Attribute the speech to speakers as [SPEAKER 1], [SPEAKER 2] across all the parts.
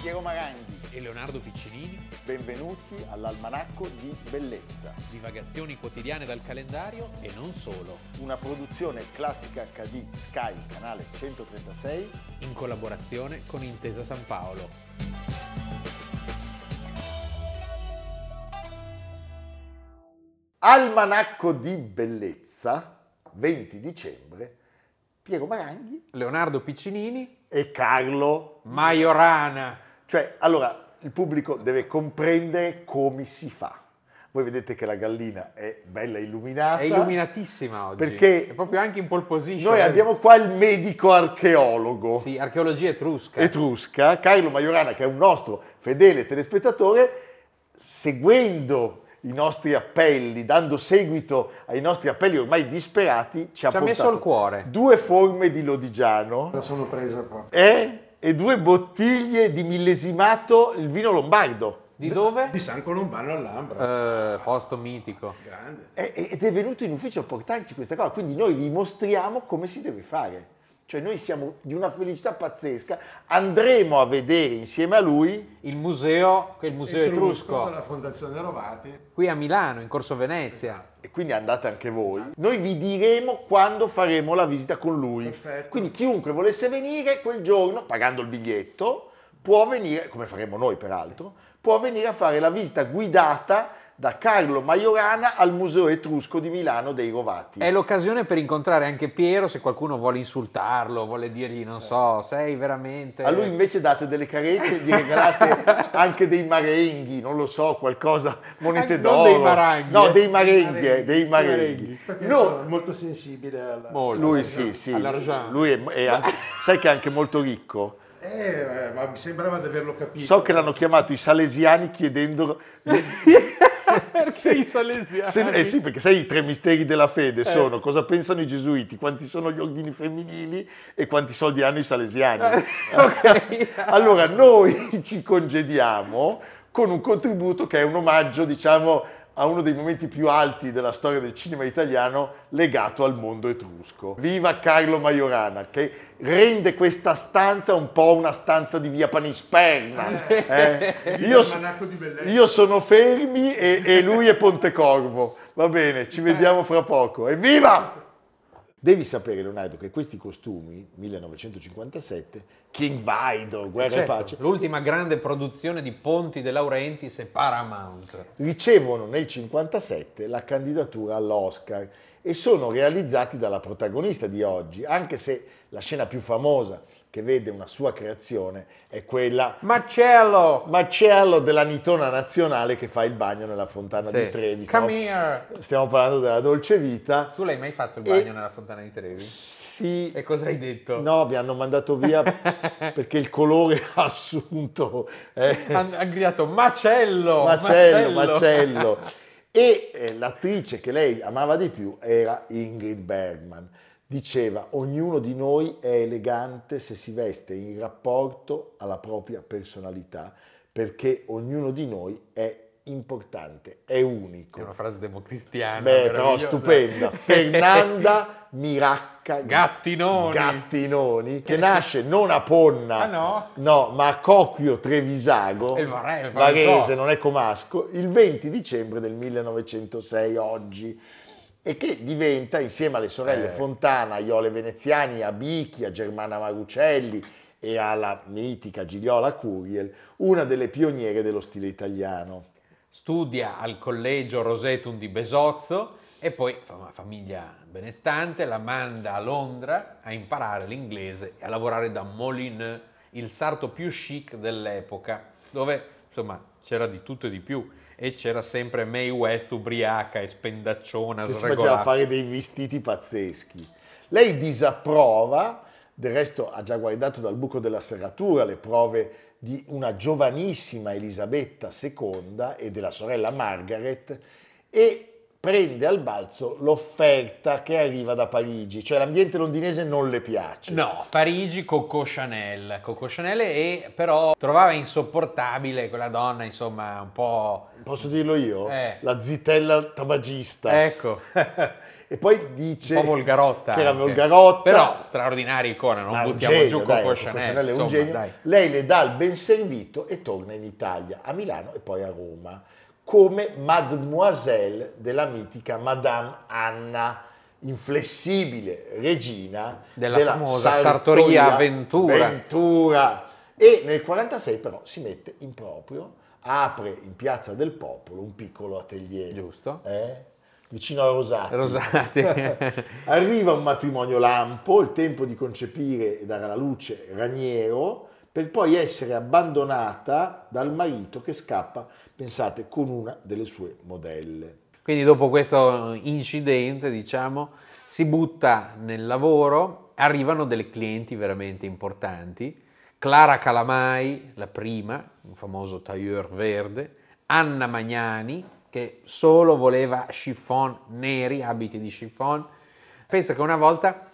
[SPEAKER 1] Piero Maranghi.
[SPEAKER 2] e Leonardo Piccinini,
[SPEAKER 1] Benvenuti all'Almanacco di Bellezza,
[SPEAKER 2] divagazioni quotidiane dal calendario e non solo,
[SPEAKER 1] una produzione classica HD Sky, canale 136.
[SPEAKER 2] in collaborazione con Intesa San Paolo.
[SPEAKER 1] Almanacco di Bellezza, 20 dicembre, Piero Maranghi
[SPEAKER 2] Leonardo Piccinini,
[SPEAKER 1] e Carlo.
[SPEAKER 2] Majorana.
[SPEAKER 1] Cioè, allora, il pubblico deve comprendere come si fa. Voi vedete che la gallina è bella illuminata.
[SPEAKER 2] È illuminatissima oggi.
[SPEAKER 1] Perché
[SPEAKER 2] è proprio anche in pole position.
[SPEAKER 1] Noi abbiamo qua il medico archeologo.
[SPEAKER 2] Sì, archeologia etrusca.
[SPEAKER 1] etrusca, Carlo Majorana, che è un nostro fedele telespettatore, seguendo i nostri appelli, dando seguito ai nostri appelli ormai disperati, ci ha,
[SPEAKER 2] Ci ha messo
[SPEAKER 1] portato
[SPEAKER 2] il cuore.
[SPEAKER 1] due forme di Lodigiano
[SPEAKER 3] La sono presa qua.
[SPEAKER 1] e, e due bottiglie di millesimato il vino lombardo.
[SPEAKER 2] Di dove?
[SPEAKER 3] Di San Colombano all'Ambra.
[SPEAKER 2] Eh, posto mitico.
[SPEAKER 3] Grande.
[SPEAKER 1] E- e- Ed è venuto in ufficio a portarci questa cosa, quindi noi vi mostriamo come si deve fare. Cioè noi siamo di una felicità pazzesca, andremo a vedere insieme a lui
[SPEAKER 2] Il museo, che è il museo etrusco,
[SPEAKER 3] della Fondazione Rovati.
[SPEAKER 2] qui a Milano, in Corso Venezia.
[SPEAKER 1] e quindi andate anche voi. Noi vi diremo quando faremo la visita con lui.
[SPEAKER 3] Perfetto.
[SPEAKER 1] Quindi chiunque volesse venire quel giorno, pagando il biglietto, può venire, come faremo noi peraltro, può venire a fare la visita guidata da Carlo Majorana al Museo Etrusco di Milano dei Rovati.
[SPEAKER 2] È l'occasione per incontrare anche Piero se qualcuno vuole insultarlo, vuole dirgli, non so, sei veramente...
[SPEAKER 1] A lui invece date delle carezze, gli regalate anche dei marenghi, non lo so, qualcosa, monete
[SPEAKER 2] Anche- non
[SPEAKER 1] d'oro.
[SPEAKER 2] dei maranghi,
[SPEAKER 1] No,
[SPEAKER 2] eh.
[SPEAKER 1] dei marenghi, eh, dei
[SPEAKER 2] Dei marenghi.
[SPEAKER 1] marenghi.
[SPEAKER 3] Perché
[SPEAKER 1] No,
[SPEAKER 3] sono molto sensibile alla...
[SPEAKER 2] Molto.
[SPEAKER 1] Lui sì, sì.
[SPEAKER 2] All'argent.
[SPEAKER 1] Lui è, è anche- sai che è anche molto ricco.
[SPEAKER 3] Eh, eh, ma mi sembrava di averlo capito.
[SPEAKER 1] So che l'hanno chiamato i salesiani chiedendo...
[SPEAKER 2] Perché i salesiani?
[SPEAKER 1] se- eh sì, perché sai i tre misteri della fede sono cosa pensano i gesuiti, quanti sono gli ordini femminili e quanti soldi hanno i salesiani.
[SPEAKER 2] Eh.
[SPEAKER 1] allora noi ci congediamo con un contributo che è un omaggio, diciamo, a uno dei momenti più alti della storia del cinema italiano legato al mondo etrusco. Viva Carlo Majorana che rende questa stanza un po' una stanza di via Panisperna. eh.
[SPEAKER 3] Viva
[SPEAKER 1] Io,
[SPEAKER 3] il
[SPEAKER 1] s-
[SPEAKER 3] Manacco di Bellezza.
[SPEAKER 1] io sono Fermi e, e lui è Pontecorvo. Va bene,
[SPEAKER 3] Eh.
[SPEAKER 1] ci vediamo fra poco. Evviva! Devi sapere, Leonardo, che questi costumi, 1957, King Vaido, Guerra
[SPEAKER 2] Certo,
[SPEAKER 1] e Pace,
[SPEAKER 2] L'ultima grande produzione di Ponti De Laurentiis e Paramount.
[SPEAKER 1] ricevono nel 57 la candidatura all'Oscar e sono realizzati dalla protagonista di oggi, anche se la scena più famosa che vede una sua creazione è quella
[SPEAKER 2] Marcello!
[SPEAKER 1] Marcello della Nitona Nazionale che fa il bagno nella fontana
[SPEAKER 2] Sì.
[SPEAKER 1] di Trevi. Stiamo-
[SPEAKER 2] Come here!
[SPEAKER 1] Stiamo parlando della dolce vita.
[SPEAKER 2] Tu l'hai mai fatto il
[SPEAKER 1] E-
[SPEAKER 2] bagno nella fontana di Trevi?
[SPEAKER 1] Sì.
[SPEAKER 2] E cosa hai detto?
[SPEAKER 1] No, mi hanno mandato via perché il colore ha assunto eh,
[SPEAKER 2] Han- Ha gridato Oh, macello!
[SPEAKER 1] macello, macello. E eh, l'attrice che lei amava di più era Ingrid Bergman. Diceva, ognuno di noi è elegante se si veste in rapporto alla propria personalità, perché ognuno di noi è importante, è
[SPEAKER 2] È una
[SPEAKER 1] unico.
[SPEAKER 2] frase democristiana.
[SPEAKER 1] Beh, però
[SPEAKER 2] meravigliosa.
[SPEAKER 1] stupenda. Fernanda Miracca
[SPEAKER 2] Gattinoni.
[SPEAKER 1] Gattinoni, che nasce non a Ponna,
[SPEAKER 2] Ah, no?
[SPEAKER 1] ma a Cocchio Trevisago,
[SPEAKER 2] E il Varese, il Varese.
[SPEAKER 1] Varese, non è Comasco, il 20 dicembre del 1906, oggi, e che diventa, insieme alle sorelle
[SPEAKER 2] Eh.
[SPEAKER 1] Fontana, a Iole Veneziani, a Bichi, a Germana Marucelli e alla mitica Gigliola Curiel, una delle pioniere dello stile italiano.
[SPEAKER 2] Studia al collegio Rosetum di Besozzo e poi fa una famiglia benestante, la manda a Londra a imparare l'inglese e a lavorare da Molineux, il sarto più chic dell'epoca, dove insomma c'era di tutto e di più e c'era sempre May West ubriaca e spendacciona,
[SPEAKER 1] che si faceva
[SPEAKER 2] sregolata.
[SPEAKER 1] fare dei vestiti pazzeschi. Lei disapprova, del resto ha già guardato dal buco della serratura le prove di una giovanissima Elisabetta II e della sorella Margaret e prende al balzo l'offerta che arriva da Parigi, cioè l'ambiente londinese non le piace.
[SPEAKER 2] No, Parigi, Coco Chanel. Coco Chanel e però trovava insopportabile quella donna, insomma, un po'...
[SPEAKER 1] Posso dirlo io?
[SPEAKER 2] Eh.
[SPEAKER 1] La zitella tabagista.
[SPEAKER 2] Ecco,
[SPEAKER 1] E poi dice...
[SPEAKER 2] Un po' volgarotta.
[SPEAKER 1] Che era
[SPEAKER 2] anche.
[SPEAKER 1] volgarotta.
[SPEAKER 2] Però straordinaria icona, non
[SPEAKER 1] Ma è Ah, un
[SPEAKER 2] buttiamo
[SPEAKER 1] genio,
[SPEAKER 2] giù
[SPEAKER 1] dai,
[SPEAKER 2] Coco
[SPEAKER 1] Coco
[SPEAKER 2] Chanel.
[SPEAKER 1] Chanel è un
[SPEAKER 2] insomma,
[SPEAKER 1] genio.
[SPEAKER 2] dai.
[SPEAKER 1] Lei le dà il ben servito e torna in Italia, a Milano e poi a Roma, come mademoiselle della mitica Madame Anna, inflessibile regina
[SPEAKER 2] Della famosa Sartoria Ventura.
[SPEAKER 1] Ventura. E nel 46 però si mette in proprio, apre in Piazza del Popolo un piccolo atelier.
[SPEAKER 2] Giusto.
[SPEAKER 1] Eh? Vicino a Rosati.
[SPEAKER 2] Rosati.
[SPEAKER 1] Arriva un matrimonio lampo, il tempo di concepire e dare alla luce Raniero, per poi essere abbandonata dal marito che scappa, pensate, con una delle sue modelle.
[SPEAKER 2] Quindi dopo questo incidente, diciamo, si butta nel lavoro, arrivano delle clienti veramente importanti, Clara Calamai, la prima, un famoso tailleur verde, Anna Magnani, che solo voleva chiffon neri, abiti di chiffon. Pensa che una volta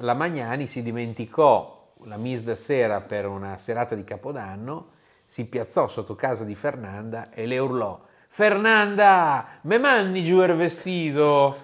[SPEAKER 2] la Magnani si dimenticò la Miss da sera per una serata di Capodanno, si piazzò sotto casa di Fernanda e le urlò Fernanda, me manni giù il vestito!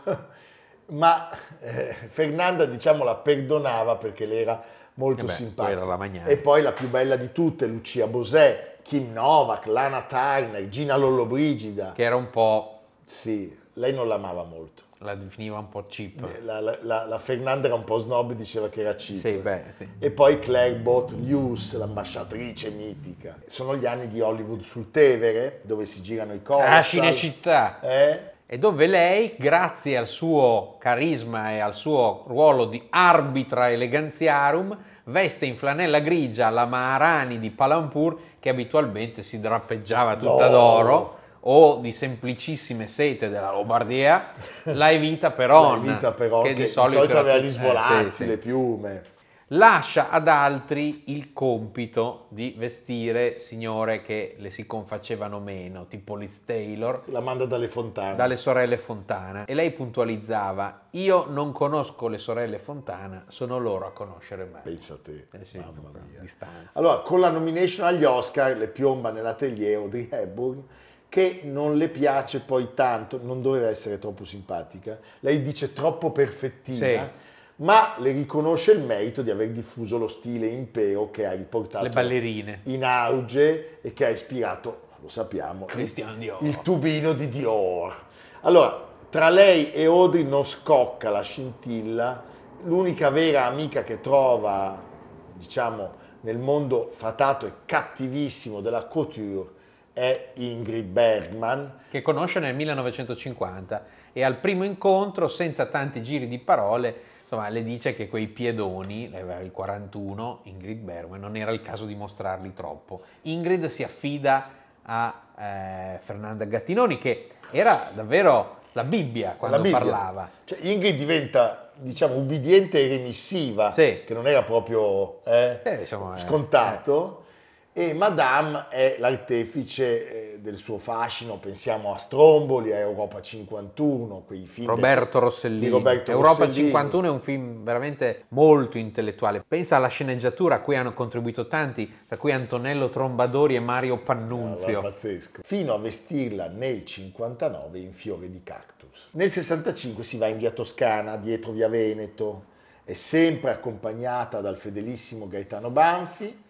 [SPEAKER 1] Ma eh, Fernanda, diciamo, la perdonava perché le era molto
[SPEAKER 2] Eh beh,
[SPEAKER 1] simpatica.
[SPEAKER 2] poi era la Magnani.
[SPEAKER 1] E poi la più bella di tutte, Lucia Bosè, Kim Novak, Lana Turner, Gina Lollobrigida.
[SPEAKER 2] Che era un po',
[SPEAKER 1] Sì, lei non l'amava molto.
[SPEAKER 2] la definiva un po' cheap.
[SPEAKER 1] La, la- la- la Fernanda era un po' snob, diceva che era cheap.
[SPEAKER 2] Sì, beh, sì.
[SPEAKER 1] E poi Claire Bott Lewis, l'ambasciatrice mitica. Sono gli anni di Hollywood sul Tevere, dove si girano i
[SPEAKER 2] A
[SPEAKER 1] corsi.
[SPEAKER 2] Cinecittà.
[SPEAKER 1] Eh?
[SPEAKER 2] E dove lei, grazie al suo carisma e al suo ruolo di arbitra eleganziarum, veste in flanella grigia la Maharani di Palampur, che abitualmente si drappeggiava tutta
[SPEAKER 1] No.
[SPEAKER 2] d'oro, o di semplicissime sete della Lombardia, la Evita Peron,
[SPEAKER 1] La vita però, che, di solito,
[SPEAKER 2] era
[SPEAKER 1] aveva
[SPEAKER 2] tut-
[SPEAKER 1] gli
[SPEAKER 2] eh,
[SPEAKER 1] svolazzi,
[SPEAKER 2] sì, sì.
[SPEAKER 1] le piume.
[SPEAKER 2] Lascia ad altri il compito di vestire signore che le si confacevano meno, tipo Liz Taylor,
[SPEAKER 1] La manda dalle fontane.
[SPEAKER 2] dalle sorelle Fontana e lei puntualizzava io non conosco le sorelle Fontana sono loro a conoscere me
[SPEAKER 1] Pensa a te,
[SPEAKER 2] Eh sì,
[SPEAKER 1] mamma
[SPEAKER 2] proprio a
[SPEAKER 1] mia.
[SPEAKER 2] distanza
[SPEAKER 1] Allora, con la nomination agli Oscar, le piomba nell'atelier Audrey Hepburn, che non le piace poi tanto, non doveva essere troppo simpatica, lei dice troppo perfettina,
[SPEAKER 2] Sì.
[SPEAKER 1] ma le riconosce il merito di aver diffuso lo stile impero che ha riportato
[SPEAKER 2] le ballerine
[SPEAKER 1] in auge e che ha ispirato, lo sappiamo, il,
[SPEAKER 2] Christian Dior
[SPEAKER 1] il tubino di Dior. Allora, tra lei e Audrey non scocca la scintilla, l'unica vera amica che trova, diciamo, nel mondo fatato e cattivissimo della couture è Ingrid Bergman.
[SPEAKER 2] che conosce nel 1950 e al primo incontro senza tanti giri di parole insomma le dice che quei piedoni lei aveva il 41 Ingrid Bergman non era il caso di mostrarli troppo Ingrid si affida a eh, Fernanda Gattinoni che era davvero la Bibbia quando
[SPEAKER 1] La Bibbia.
[SPEAKER 2] parlava
[SPEAKER 1] Cioè, Ingrid diventa, diciamo, ubbidiente e remissiva,
[SPEAKER 2] Sì.
[SPEAKER 1] che non era proprio eh,
[SPEAKER 2] Eh, insomma, eh,
[SPEAKER 1] scontato. E Madame è l'artefice eh, del suo fascino, pensiamo a Stromboli, a Europa 51, quei film del-
[SPEAKER 2] Roberto Rossellini.
[SPEAKER 1] di Roberto
[SPEAKER 2] Europa
[SPEAKER 1] Rossellini.
[SPEAKER 2] 51 è un film veramente molto intellettuale. Pensa alla sceneggiatura a cui hanno contribuito tanti, tra cui Antonello Trombadori e Mario
[SPEAKER 1] Era
[SPEAKER 2] Pannunzio.
[SPEAKER 1] pazzesco. Fino a vestirla nel 59 in fiore di cactus. Nel 65 si va in via Toscana, dietro via Veneto, è sempre accompagnata dal fedelissimo Gaetano Banfi.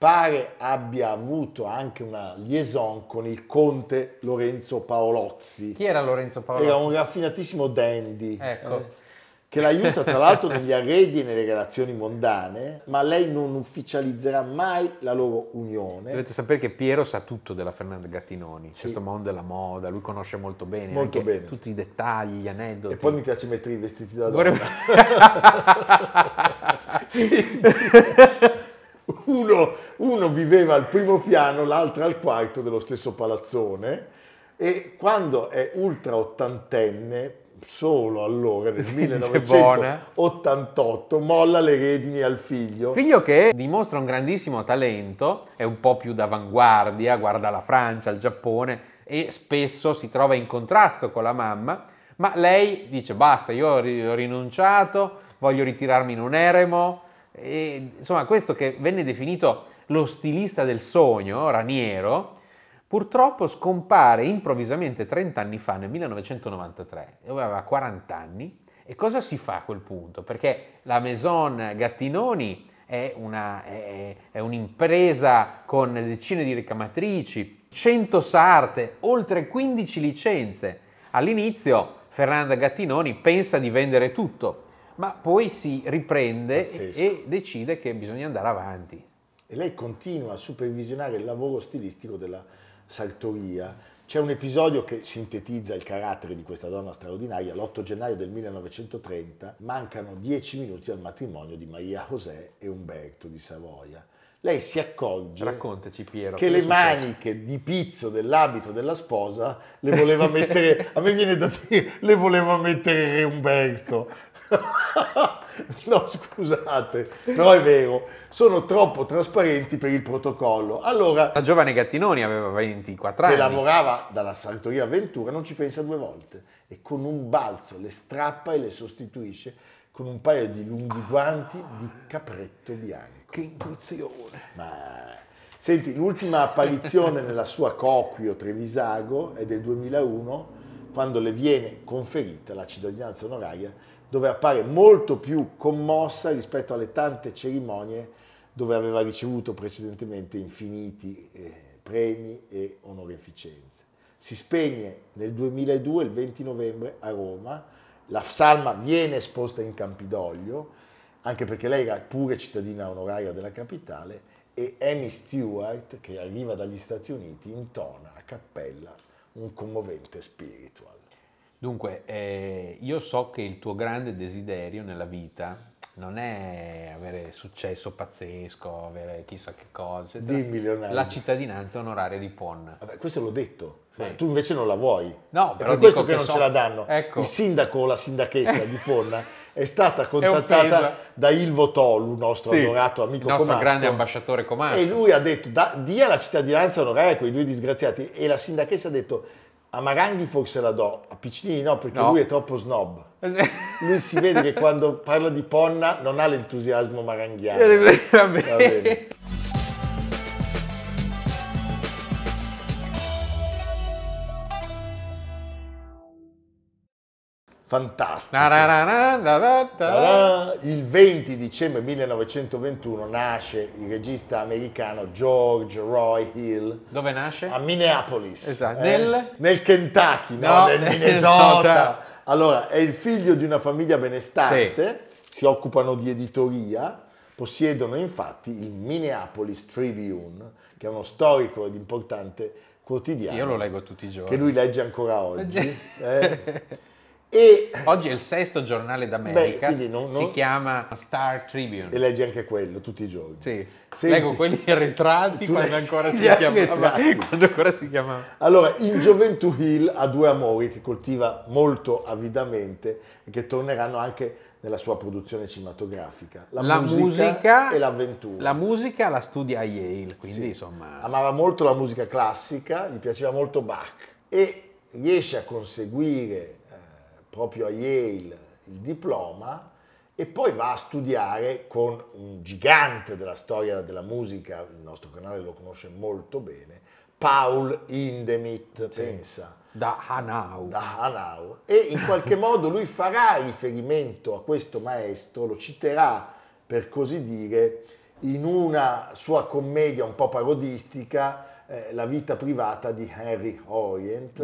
[SPEAKER 1] Pare abbia avuto anche una liaison con il conte Lorenzo Paolozzi.
[SPEAKER 2] Chi era Lorenzo Paolo?
[SPEAKER 1] Era un raffinatissimo dandy. Eh,
[SPEAKER 2] Ecco.
[SPEAKER 1] Che l'aiuta tra l'altro negli arredi e nelle relazioni mondane, ma lei non ufficializzerà mai la loro unione.
[SPEAKER 2] Dovete sapere che Piero sa tutto della Fernanda Gattinoni,
[SPEAKER 1] Sì.
[SPEAKER 2] questo mondo della moda, lui conosce molto bene,
[SPEAKER 1] Molto
[SPEAKER 2] anche
[SPEAKER 1] bene.
[SPEAKER 2] tutti i dettagli, gli aneddoti.
[SPEAKER 1] E poi mi piace mettere i vestiti da donna.
[SPEAKER 2] Vorrebbe-
[SPEAKER 1] Sì. uno, uno viveva al primo piano, l'altro al quarto dello stesso palazzone e quando è ultra ottantenne, solo allora nel
[SPEAKER 2] Sì, dice
[SPEAKER 1] 1988, molla le redini al figlio.
[SPEAKER 2] Figlio che dimostra un grandissimo talento, è un po' più d'avanguardia, guarda la Francia, il Giappone e spesso si trova in contrasto con la mamma, ma lei dice basta, io ho ri- ho rinunciato, voglio ritirarmi in un eremo. E, insomma, questo che venne definito lo stilista del sogno, Raniero, purtroppo scompare improvvisamente 30 anni fa, nel 1993, dove aveva 40 anni, E cosa si fa a quel punto? Perché la Maison Gattinoni è, una- è- è un'impresa con decine di ricamatrici, 100 sarte, oltre 15 licenze. All'inizio Fernanda Gattinoni pensa di vendere tutto, ma poi si riprende e,
[SPEAKER 1] Pazzesco.
[SPEAKER 2] e decide che bisogna andare avanti.
[SPEAKER 1] e lei continua a supervisionare il lavoro stilistico della sartoria. C'è un episodio che sintetizza il carattere di questa donna straordinaria. L'8 gennaio del 1930 mancano 10 minuti al matrimonio di Maria José e Umberto di Savoia. Lei si accorge
[SPEAKER 2] Raccontaci Piero.
[SPEAKER 1] che le
[SPEAKER 2] cosa è successo?
[SPEAKER 1] maniche di pizzo dell'abito della sposa le voleva mettere, a me viene da dire, le voleva mettere Re Umberto. No, scusate, però è vero, sono troppo trasparenti per il protocollo. Allora,
[SPEAKER 2] La giovane Gattinoni aveva 24
[SPEAKER 1] che
[SPEAKER 2] anni.
[SPEAKER 1] lavorava dalla sartoria Ventura, non ci pensa due volte e con un balzo le strappa e le sostituisce con un paio di lunghi guanti di capretto bianco.
[SPEAKER 2] Che intuizione.
[SPEAKER 1] Ma senti, l'ultima apparizione nella sua coquio Trevisago è del 2001, quando le viene conferita la cittadinanza onoraria, dove appare molto più commossa rispetto alle tante cerimonie dove aveva ricevuto precedentemente infiniti eh, premi e onoreficenze. Si spegne nel 2002, il 20 novembre, a Roma. La salma viene esposta in Campidoglio anche perché lei era pure cittadina onoraria della capitale e Amy Stewart, che arriva dagli Stati Uniti, intona a cappella un commovente spiritual.
[SPEAKER 2] Dunque, eh, io so che il tuo grande desiderio nella vita non è avere successo pazzesco, avere chissà che cosa, eccetera.
[SPEAKER 1] Dimmi, Leonardo.
[SPEAKER 2] la cittadinanza onoraria di Ponna.
[SPEAKER 1] Vabbè, questo l'ho detto,
[SPEAKER 2] Sì.
[SPEAKER 1] tu invece non la vuoi.
[SPEAKER 2] No,
[SPEAKER 1] è
[SPEAKER 2] però
[SPEAKER 1] per
[SPEAKER 2] dico
[SPEAKER 1] questo che,
[SPEAKER 2] che
[SPEAKER 1] non
[SPEAKER 2] so-
[SPEAKER 1] ce la danno.
[SPEAKER 2] Ecco.
[SPEAKER 1] Il sindaco o la sindachessa di Ponna è stata
[SPEAKER 2] offesa.
[SPEAKER 1] contattata da Ilvo Tolu, nostro
[SPEAKER 2] Sì,
[SPEAKER 1] adorato amico
[SPEAKER 2] il nostro
[SPEAKER 1] Comasco.
[SPEAKER 2] grande ambasciatore Comasco.
[SPEAKER 1] E lui ha detto, "Da- dia la cittadinanza onoraria a quei due disgraziati. E la sindachessa ha detto, a Maranghi forse la do, a Piccinini no, perché
[SPEAKER 2] No.
[SPEAKER 1] lui è troppo snob.
[SPEAKER 2] Eh,
[SPEAKER 1] Lui
[SPEAKER 2] Lui
[SPEAKER 1] si vede che quando parla di Ponna non ha l'entusiasmo maranghiano.
[SPEAKER 2] Va bene.
[SPEAKER 1] Va bene. Fantastico.
[SPEAKER 2] Na, na, na, na, na, na, na.
[SPEAKER 1] Ta-da! Il 20 dicembre 1921 nasce il regista americano George Roy Hill
[SPEAKER 2] Dove nasce?
[SPEAKER 1] a Minneapolis, Eh?
[SPEAKER 2] Esatto. Nel-
[SPEAKER 1] Nel Kentucky, no,
[SPEAKER 2] No,
[SPEAKER 1] nel
[SPEAKER 2] nel
[SPEAKER 1] Minnesota.
[SPEAKER 2] Minnesota.
[SPEAKER 1] Allora, è il figlio di una famiglia benestante, si occupano di editoria, possiedono infatti il Minneapolis Tribune, che è uno storico ed importante quotidiano
[SPEAKER 2] Io lo leggo eh. tutti i giorni.
[SPEAKER 1] che lui legge ancora oggi.
[SPEAKER 2] Oggi.
[SPEAKER 1] eh. E
[SPEAKER 2] Oggi è il sesto giornale d'America,
[SPEAKER 1] Beh, quindi non- non-
[SPEAKER 2] si chiama Star Tribune.
[SPEAKER 1] E leggi anche quello tutti i giorni.
[SPEAKER 2] Sì.
[SPEAKER 1] Senti.
[SPEAKER 2] Leggo quelli arretrati
[SPEAKER 1] Tu
[SPEAKER 2] quando
[SPEAKER 1] leggi
[SPEAKER 2] ancora, si
[SPEAKER 1] gli
[SPEAKER 2] chiamava,
[SPEAKER 1] arretrati.
[SPEAKER 2] quando ancora si chiamava.
[SPEAKER 1] Allora, in gioventù Hill ha due amori che coltiva molto avidamente e che torneranno anche nella sua produzione cinematografica. La, e l'avventura.
[SPEAKER 2] La musica la studia a Yale, quindi
[SPEAKER 1] Sì. Ah.
[SPEAKER 2] insomma...
[SPEAKER 1] Amava molto la musica classica, gli piaceva molto Bach e riesce a conseguire eh, proprio a Yale il diploma e poi va a studiare con un gigante della storia della musica, il nostro canale lo conosce molto bene, Paul Indemit, pensa,
[SPEAKER 2] Da Hanau.
[SPEAKER 1] da Hanau. E in qualche modo lui farà riferimento a questo maestro, lo citerà per così dire, in una sua commedia un po' parodistica, eh, La vita privata di Henry Orient.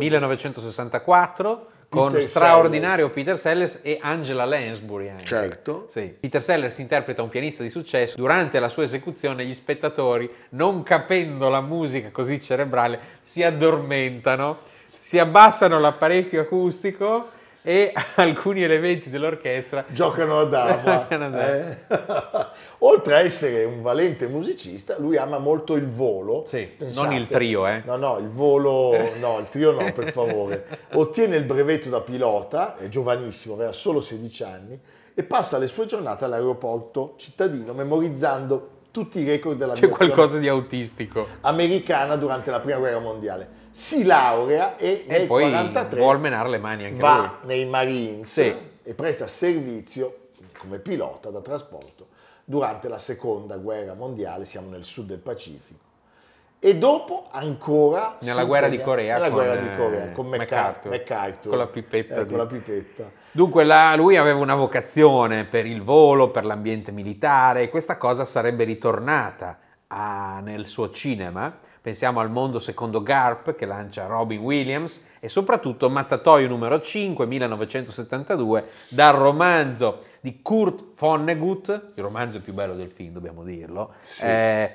[SPEAKER 2] 1964 con
[SPEAKER 1] Peter
[SPEAKER 2] straordinario
[SPEAKER 1] Sellers.
[SPEAKER 2] Peter Sellers e Angela Lansbury. anche.
[SPEAKER 1] Certo.
[SPEAKER 2] Sì. Peter Sellers interpreta un pianista di successo. Durante la sua esecuzione, gli spettatori, non capendo la musica così cerebrale, si addormentano, si abbassano l'apparecchio acustico e alcuni elementi dell'orchestra.
[SPEAKER 1] Giocano a dama.
[SPEAKER 2] Giocano a dama.
[SPEAKER 1] eh. Oltre a essere un valente musicista, lui ama molto il volo.
[SPEAKER 2] Sì, non il trio, eh.
[SPEAKER 1] No, no, il volo, no, il trio no, per favore. Ottiene il brevetto da pilota, è giovanissimo, aveva solo 16 anni, e passa le sue giornate all'aeroporto cittadino memorizzando tutti i record della
[SPEAKER 2] C'è qualcosa di autistico.
[SPEAKER 1] americana durante la prima guerra mondiale. Si laurea e,
[SPEAKER 2] E
[SPEAKER 1] nel
[SPEAKER 2] poi
[SPEAKER 1] 43
[SPEAKER 2] vuol menare le mani anche lui.
[SPEAKER 1] va nei Marines
[SPEAKER 2] Sì.
[SPEAKER 1] e presta servizio come pilota da trasporto durante la seconda guerra mondiale, siamo nel sud del Pacifico. E dopo ancora...
[SPEAKER 2] Nella
[SPEAKER 1] si
[SPEAKER 2] guerra di
[SPEAKER 1] impegna-
[SPEAKER 2] Corea
[SPEAKER 1] Nella
[SPEAKER 2] con,
[SPEAKER 1] guerra di Corea
[SPEAKER 2] eh,
[SPEAKER 1] con
[SPEAKER 2] MacArthur.
[SPEAKER 1] MacArthur.
[SPEAKER 2] Con la pipetta
[SPEAKER 1] Eh,
[SPEAKER 2] di-
[SPEAKER 1] con la pipetta.
[SPEAKER 2] Dunque la- lui aveva una vocazione per il volo, per l'ambiente militare e questa cosa sarebbe ritornata a- nel suo cinema. Pensiamo al mondo secondo Garp che lancia Robin Williams e soprattutto Mattatoio numero 5 1972 dal romanzo di Kurt Vonnegut, il romanzo più bello del film dobbiamo dirlo,
[SPEAKER 4] Sì.
[SPEAKER 2] eh,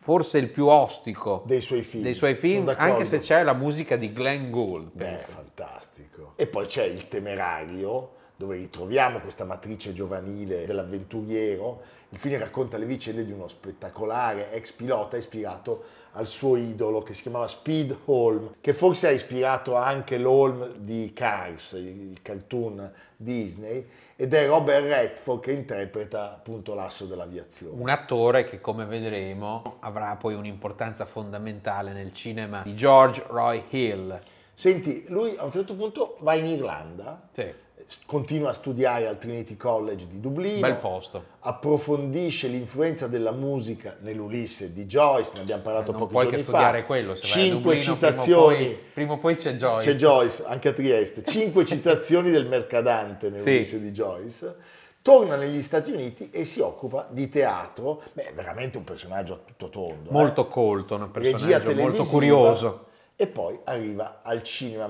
[SPEAKER 2] forse il più ostico
[SPEAKER 1] dei suoi film.
[SPEAKER 2] dei suoi
[SPEAKER 1] Sono
[SPEAKER 2] film,
[SPEAKER 1] d'accordo.
[SPEAKER 2] anche se c'è la musica di Glenn Gould.
[SPEAKER 1] Beh,
[SPEAKER 2] pensa.
[SPEAKER 1] Eh, fantastico. E poi c'è il temerario, dove ritroviamo questa matrice giovanile dell'avventuriero. Il film racconta le vicende di uno spettacolare ex pilota ispirato al suo idolo che si chiamava Speed Holm, che forse ha ispirato anche l'Holm di Cars, il cartoon Disney, ed è Robert Redford che interpreta appunto l'asso dell'aviazione.
[SPEAKER 2] Un attore che, come vedremo, avrà poi un'importanza fondamentale nel cinema di George Roy Hill.
[SPEAKER 1] Senti, lui a un certo punto va in Irlanda,
[SPEAKER 2] Sì,
[SPEAKER 1] continua a studiare al Trinity College di Dublino.
[SPEAKER 2] bel posto.
[SPEAKER 1] approfondisce l'influenza della musica nell'Ulisse di Joyce, ne abbiamo parlato
[SPEAKER 2] Eh, non
[SPEAKER 1] pochi
[SPEAKER 2] puoi
[SPEAKER 1] giorni
[SPEAKER 2] che
[SPEAKER 1] fa.
[SPEAKER 2] studiare quello, se vai a
[SPEAKER 1] Cinque
[SPEAKER 2] Dublino, prima o
[SPEAKER 1] citazioni.
[SPEAKER 2] poi- prima o poi c'è Joyce.
[SPEAKER 1] C'è Joyce, anche a Trieste. Cinque citazioni del Mercadante nell'Ulisse
[SPEAKER 2] Sì.
[SPEAKER 1] di Joyce. Torna negli Stati Uniti e si occupa di teatro. Beh, è veramente un personaggio a tutto tondo. eh.
[SPEAKER 2] Molto colto, un
[SPEAKER 1] Regia
[SPEAKER 2] personaggio
[SPEAKER 1] televisiva.
[SPEAKER 2] molto curioso.
[SPEAKER 1] E poi arriva al cinema,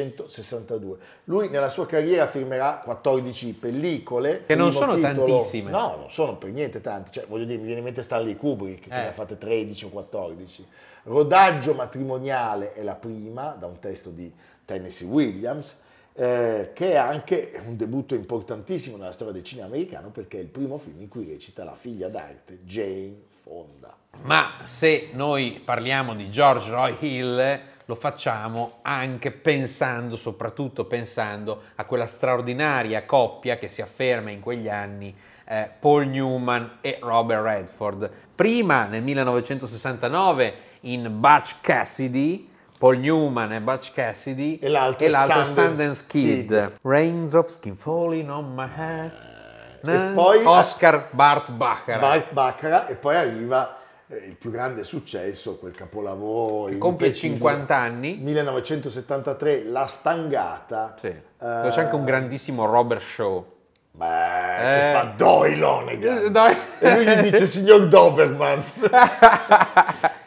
[SPEAKER 1] 1962. Lui nella sua carriera firmerà 14 pellicole.
[SPEAKER 2] Che non
[SPEAKER 1] primo
[SPEAKER 2] sono
[SPEAKER 1] titolo-
[SPEAKER 2] tantissime.
[SPEAKER 1] No, non sono per niente tante. Cioè, voglio dire, mi viene in mente Stanley Kubrick, che
[SPEAKER 2] Eh.
[SPEAKER 1] ne ha fatte 13 o 14. Rodaggio matrimoniale è la prima, da un testo di Tennessee Williams, eh, che è anche un debutto importantissimo nella storia del cinema americano perché è il primo film in cui recita la figlia d'arte Jane Fonda.
[SPEAKER 2] Ma se noi parliamo di George Roy Hill, lo facciamo anche pensando, soprattutto pensando a quella straordinaria coppia che si afferma in quegli anni, eh, Paul Newman e Robert Redford. Prima, nel 1969, in Butch Cassidy, Paul Newman e Butch Cassidy,
[SPEAKER 1] E l'altro
[SPEAKER 2] e l'altro
[SPEAKER 1] Sundance
[SPEAKER 2] Sundance Kid.
[SPEAKER 1] Kid.
[SPEAKER 2] Raindrops keep falling on my head.
[SPEAKER 1] E poi-
[SPEAKER 2] Eh, Oscar Bart Baccarat.
[SPEAKER 1] Bart Baccarat e poi arriva eh, il più grande successo, quel capolavoro.
[SPEAKER 2] compie
[SPEAKER 1] irripetibile.
[SPEAKER 2] 50 anni.
[SPEAKER 1] 1973, La Stangata. Eh,
[SPEAKER 2] Sì. Dove c'è anche un grandissimo Robert Shaw.
[SPEAKER 1] Beh,
[SPEAKER 2] Eh.
[SPEAKER 1] che fa Doyle Lonegan.
[SPEAKER 2] Eh, dai.
[SPEAKER 1] E lui gli dice, signor Doberman,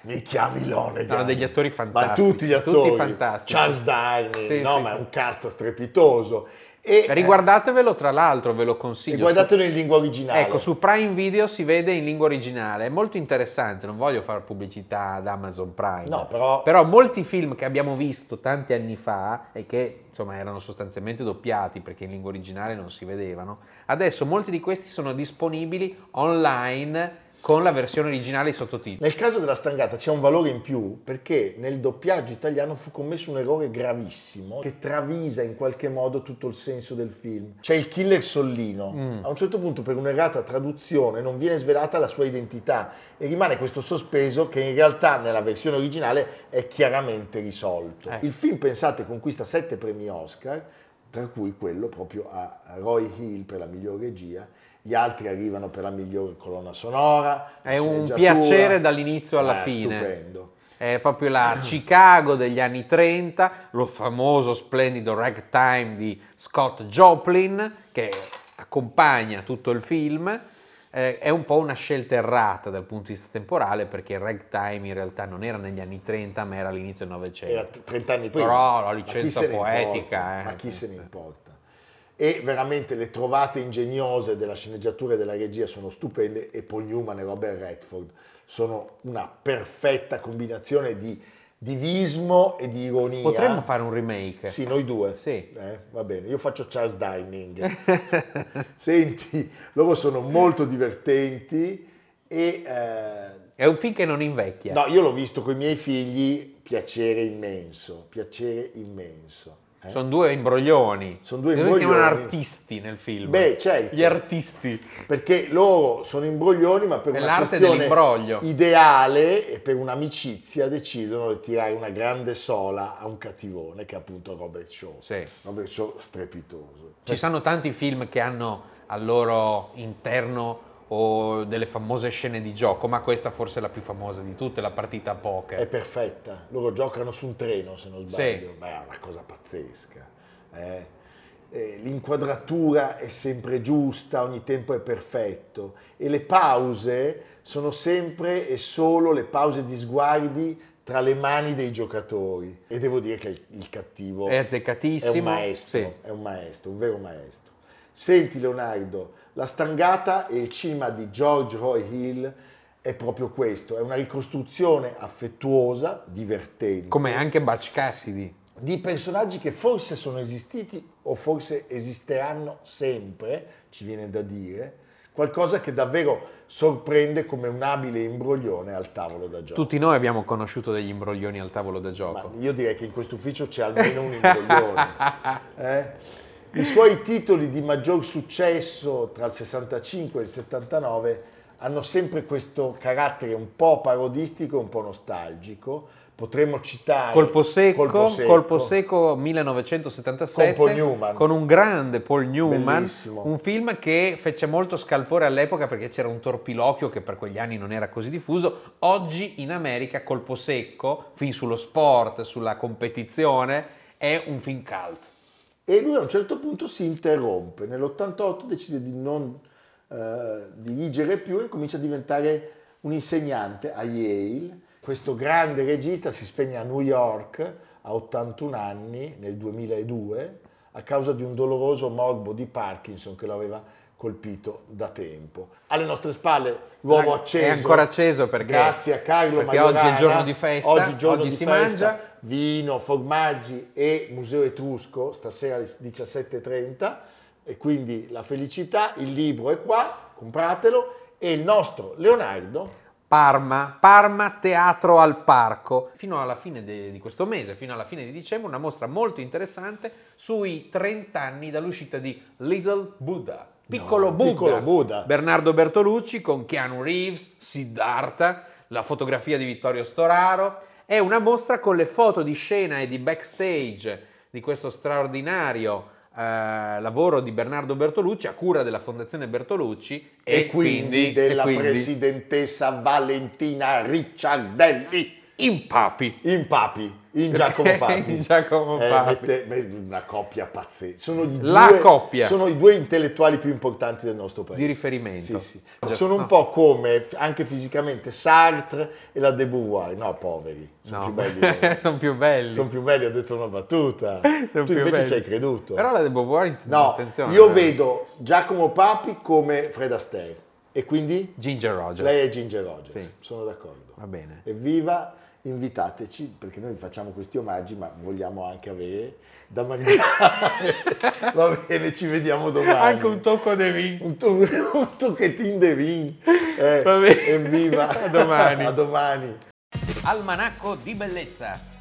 [SPEAKER 1] mi chiami Lonegan.
[SPEAKER 2] Sono degli attori
[SPEAKER 1] Ma
[SPEAKER 2] fantastici.
[SPEAKER 1] tutti gli attori.
[SPEAKER 2] Tutti fantastici.
[SPEAKER 1] Charles Darney,
[SPEAKER 2] Sì,
[SPEAKER 1] no,
[SPEAKER 2] sì,
[SPEAKER 1] ma è
[SPEAKER 2] sì.
[SPEAKER 1] un cast strepitoso. E,
[SPEAKER 2] Riguardatevelo, tra l'altro, ve lo
[SPEAKER 1] eh,
[SPEAKER 2] consiglio.
[SPEAKER 1] e guardatelo in lingua
[SPEAKER 2] Su-
[SPEAKER 1] originale.
[SPEAKER 2] Ecco, su Prime Video si vede in lingua originale, è molto interessante, non voglio fare pubblicità ad Amazon Prime.
[SPEAKER 1] No, però-
[SPEAKER 2] Però molti film che abbiamo visto tanti anni fa e che insomma erano sostanzialmente doppiati perché in lingua originale non si vedevano, adesso molti di questi sono disponibili online con la versione originale e i sottotitoli.
[SPEAKER 1] Nel caso della stangata c'è un valore in più perché nel doppiaggio italiano fu commesso un errore gravissimo che travisa in qualche modo tutto il senso del film. C'è il killer Sollino. A un certo punto per un'errata traduzione non viene svelata la sua identità e rimane questo sospeso che in realtà nella versione originale è chiaramente risolto.
[SPEAKER 2] Eh.
[SPEAKER 1] Il film, pensate, conquista sette premi Oscar, tra cui quello proprio a a Roy Hill per la miglior regia. Gli altri arrivano per la miglior colonna sonora,
[SPEAKER 2] È un
[SPEAKER 1] sceneggiatura.
[SPEAKER 2] piacere dall'inizio alla
[SPEAKER 1] Eh,
[SPEAKER 2] fine.
[SPEAKER 1] Stupendo.
[SPEAKER 2] È proprio la Chicago degli anni 30, lo famoso splendido ragtime di Scott Joplin che accompagna tutto il film. Eh, è un po' una scelta errata dal punto di vista temporale perché il ragtime in realtà non era negli anni 30 ma era all'inizio del
[SPEAKER 1] Era
[SPEAKER 2] Novecento.
[SPEAKER 1] t- 30 anni prima.
[SPEAKER 2] Però la
[SPEAKER 1] Ma chi
[SPEAKER 2] licenza
[SPEAKER 1] se ne
[SPEAKER 2] poetica,
[SPEAKER 1] importa?
[SPEAKER 2] eh.
[SPEAKER 1] Ma chi se ne importa? E veramente le trovate ingegnose della sceneggiatura e della regia sono stupende e Paul Newman e Robert Redford sono una perfetta combinazione di divismo e di ironia.
[SPEAKER 2] Potremmo fare un remake.
[SPEAKER 1] Sì, noi due.
[SPEAKER 2] Sì.
[SPEAKER 1] Eh, va bene, io faccio Charles Dining. Senti, loro sono molto divertenti e... eh,
[SPEAKER 2] È un film che non invecchia.
[SPEAKER 1] No, io l'ho visto con i miei figli, piacere immenso, piacere immenso. eh.
[SPEAKER 2] Sono due imbroglioni.
[SPEAKER 1] Sono due
[SPEAKER 2] Loro chiamano
[SPEAKER 1] imbroglioni.
[SPEAKER 2] artisti nel film.
[SPEAKER 1] Beh, certo.
[SPEAKER 2] Gli artisti.
[SPEAKER 1] Perché loro sono imbroglioni, ma per
[SPEAKER 2] È
[SPEAKER 1] una
[SPEAKER 2] l'arte
[SPEAKER 1] questione
[SPEAKER 2] dell'imbroglio.
[SPEAKER 1] ideale e per un'amicizia decidono di tirare una grande sola a un cattivone che è appunto Robert Shaw.
[SPEAKER 2] Sì.
[SPEAKER 1] Robert Shaw strepitoso.
[SPEAKER 2] Ci sono tanti film che hanno al loro interno o delle famose scene di gioco, ma questa forse è la più famosa di tutte, la partita a
[SPEAKER 1] È
[SPEAKER 2] poker.
[SPEAKER 1] perfetta. Loro giocano su un treno, se non
[SPEAKER 2] Sì.
[SPEAKER 1] sbaglio, ma è una cosa pazzesca. eh. eh, l'inquadratura è sempre giusta, ogni tempo è perfetto e le pause sono sempre e solo le pause di sguardi tra le mani dei giocatori. E devo dire che il- il cattivo
[SPEAKER 2] È
[SPEAKER 1] è
[SPEAKER 2] azzeccatissimo.
[SPEAKER 1] un maestro,
[SPEAKER 2] Sì.
[SPEAKER 1] è un maestro, un vero maestro. Senti Leonardo, la stangata e il cinema di George Roy Hill è proprio questo, è una ricostruzione affettuosa, divertente,
[SPEAKER 2] Come anche Butch Cassidy.
[SPEAKER 1] di personaggi che forse sono esistiti o forse esisteranno sempre, ci viene da dire, qualcosa che davvero sorprende come un abile imbroglione al tavolo da gioco.
[SPEAKER 2] Tutti noi abbiamo conosciuto degli imbroglioni al tavolo da gioco.
[SPEAKER 1] Ma io direi che in questo ufficio c'è almeno un imbroglione. eh? I suoi titoli di maggior successo tra il 65 e il 79 hanno sempre questo carattere un po' parodistico e un po' nostalgico. Potremmo citare
[SPEAKER 2] Colpo secco,
[SPEAKER 1] Colpo
[SPEAKER 2] colpo
[SPEAKER 1] Secco,
[SPEAKER 2] secco, 1977
[SPEAKER 1] Con Paul Newman.
[SPEAKER 2] con un grande Paul Newman,
[SPEAKER 1] Bellissimo.
[SPEAKER 2] un film che fece molto scalpore all'epoca perché c'era un torpilocchio che per quegli anni non era così diffuso. Oggi in America Colpo secco, film sullo sport, sulla competizione, è un film cult.
[SPEAKER 1] E lui a un certo punto si interrompe. Nell'88 decide di non eh, dirigere più e comincia a diventare un insegnante a Yale. Questo grande regista si spegne a New York a 81 anni nel 2002 a causa di un doloroso morbo di Parkinson che lo aveva colpito da tempo. Alle nostre spalle l'uovo
[SPEAKER 2] È
[SPEAKER 1] acceso.
[SPEAKER 2] ancora acceso perché-
[SPEAKER 1] Grazie a Carlo
[SPEAKER 2] perché
[SPEAKER 1] Majorana.
[SPEAKER 2] oggi è giorno di festa,
[SPEAKER 1] Oggi, giorno
[SPEAKER 2] oggi
[SPEAKER 1] di
[SPEAKER 2] si
[SPEAKER 1] festa.
[SPEAKER 2] mangia.
[SPEAKER 1] Vino, formaggi e Museo Etrusco stasera alle 17.30 e quindi la felicità, il libro è qua, compratelo e il nostro Leonardo
[SPEAKER 2] Parma, Parma Teatro al Parco. Fino alla fine de- di questo mese, fino alla fine di dicembre, una mostra molto interessante sui 30 anni dall'uscita di Little Buddha. Piccolo,
[SPEAKER 1] No,
[SPEAKER 2] Buddha.
[SPEAKER 1] Piccolo Buddha.
[SPEAKER 2] Bernardo Bertolucci con Keanu Reeves, Siddhartha, la fotografia di Vittorio Storaro. È una mostra con le foto di scena e di backstage di questo straordinario eh, lavoro di Bernardo Bertolucci a cura della Fondazione Bertolucci
[SPEAKER 1] e, quindi
[SPEAKER 2] e
[SPEAKER 1] della
[SPEAKER 2] quindi
[SPEAKER 1] presidentessa Valentina Ricciardelli
[SPEAKER 2] in papi.
[SPEAKER 1] in Papi, in Giacomo Papi.
[SPEAKER 2] In Giacomo
[SPEAKER 1] Eh,
[SPEAKER 2] Papi.
[SPEAKER 1] mette- beh, una coppia pazzesca. Sono i
[SPEAKER 2] La
[SPEAKER 1] due,
[SPEAKER 2] coppia.
[SPEAKER 1] Sono i due intellettuali più importanti del nostro paese.
[SPEAKER 2] Di riferimento.
[SPEAKER 1] Sì, sì. Ma Sono un po' come f- anche fisicamente Sartre e la De Beauvoir. No, poveri, sono più belli.
[SPEAKER 2] sono più belli.
[SPEAKER 1] sono più belli, ho detto una battuta. tu
[SPEAKER 2] Sono più
[SPEAKER 1] invece
[SPEAKER 2] belli.
[SPEAKER 1] ci hai creduto.
[SPEAKER 2] Però la De Beauvoir, int-
[SPEAKER 1] no,
[SPEAKER 2] attenzione.
[SPEAKER 1] io
[SPEAKER 2] eh.
[SPEAKER 1] vedo Giacomo Papi come Fred Astaire e quindi
[SPEAKER 2] Ginger Rogers.
[SPEAKER 1] lei è Ginger Rogers.
[SPEAKER 2] Sì. Ah.
[SPEAKER 1] Sono d'accordo.
[SPEAKER 2] Va bene.
[SPEAKER 1] Evviva, invitateci perché noi facciamo questi omaggi, ma vogliamo anche avere da mangiare. Va bene, ci vediamo domani.
[SPEAKER 2] Anche un tocco de vin.
[SPEAKER 1] Un to- un tocchetin de vin. Eh,
[SPEAKER 2] Va bene.
[SPEAKER 1] Evviva.
[SPEAKER 2] A domani.
[SPEAKER 1] A domani.
[SPEAKER 2] Almanacco di bellezza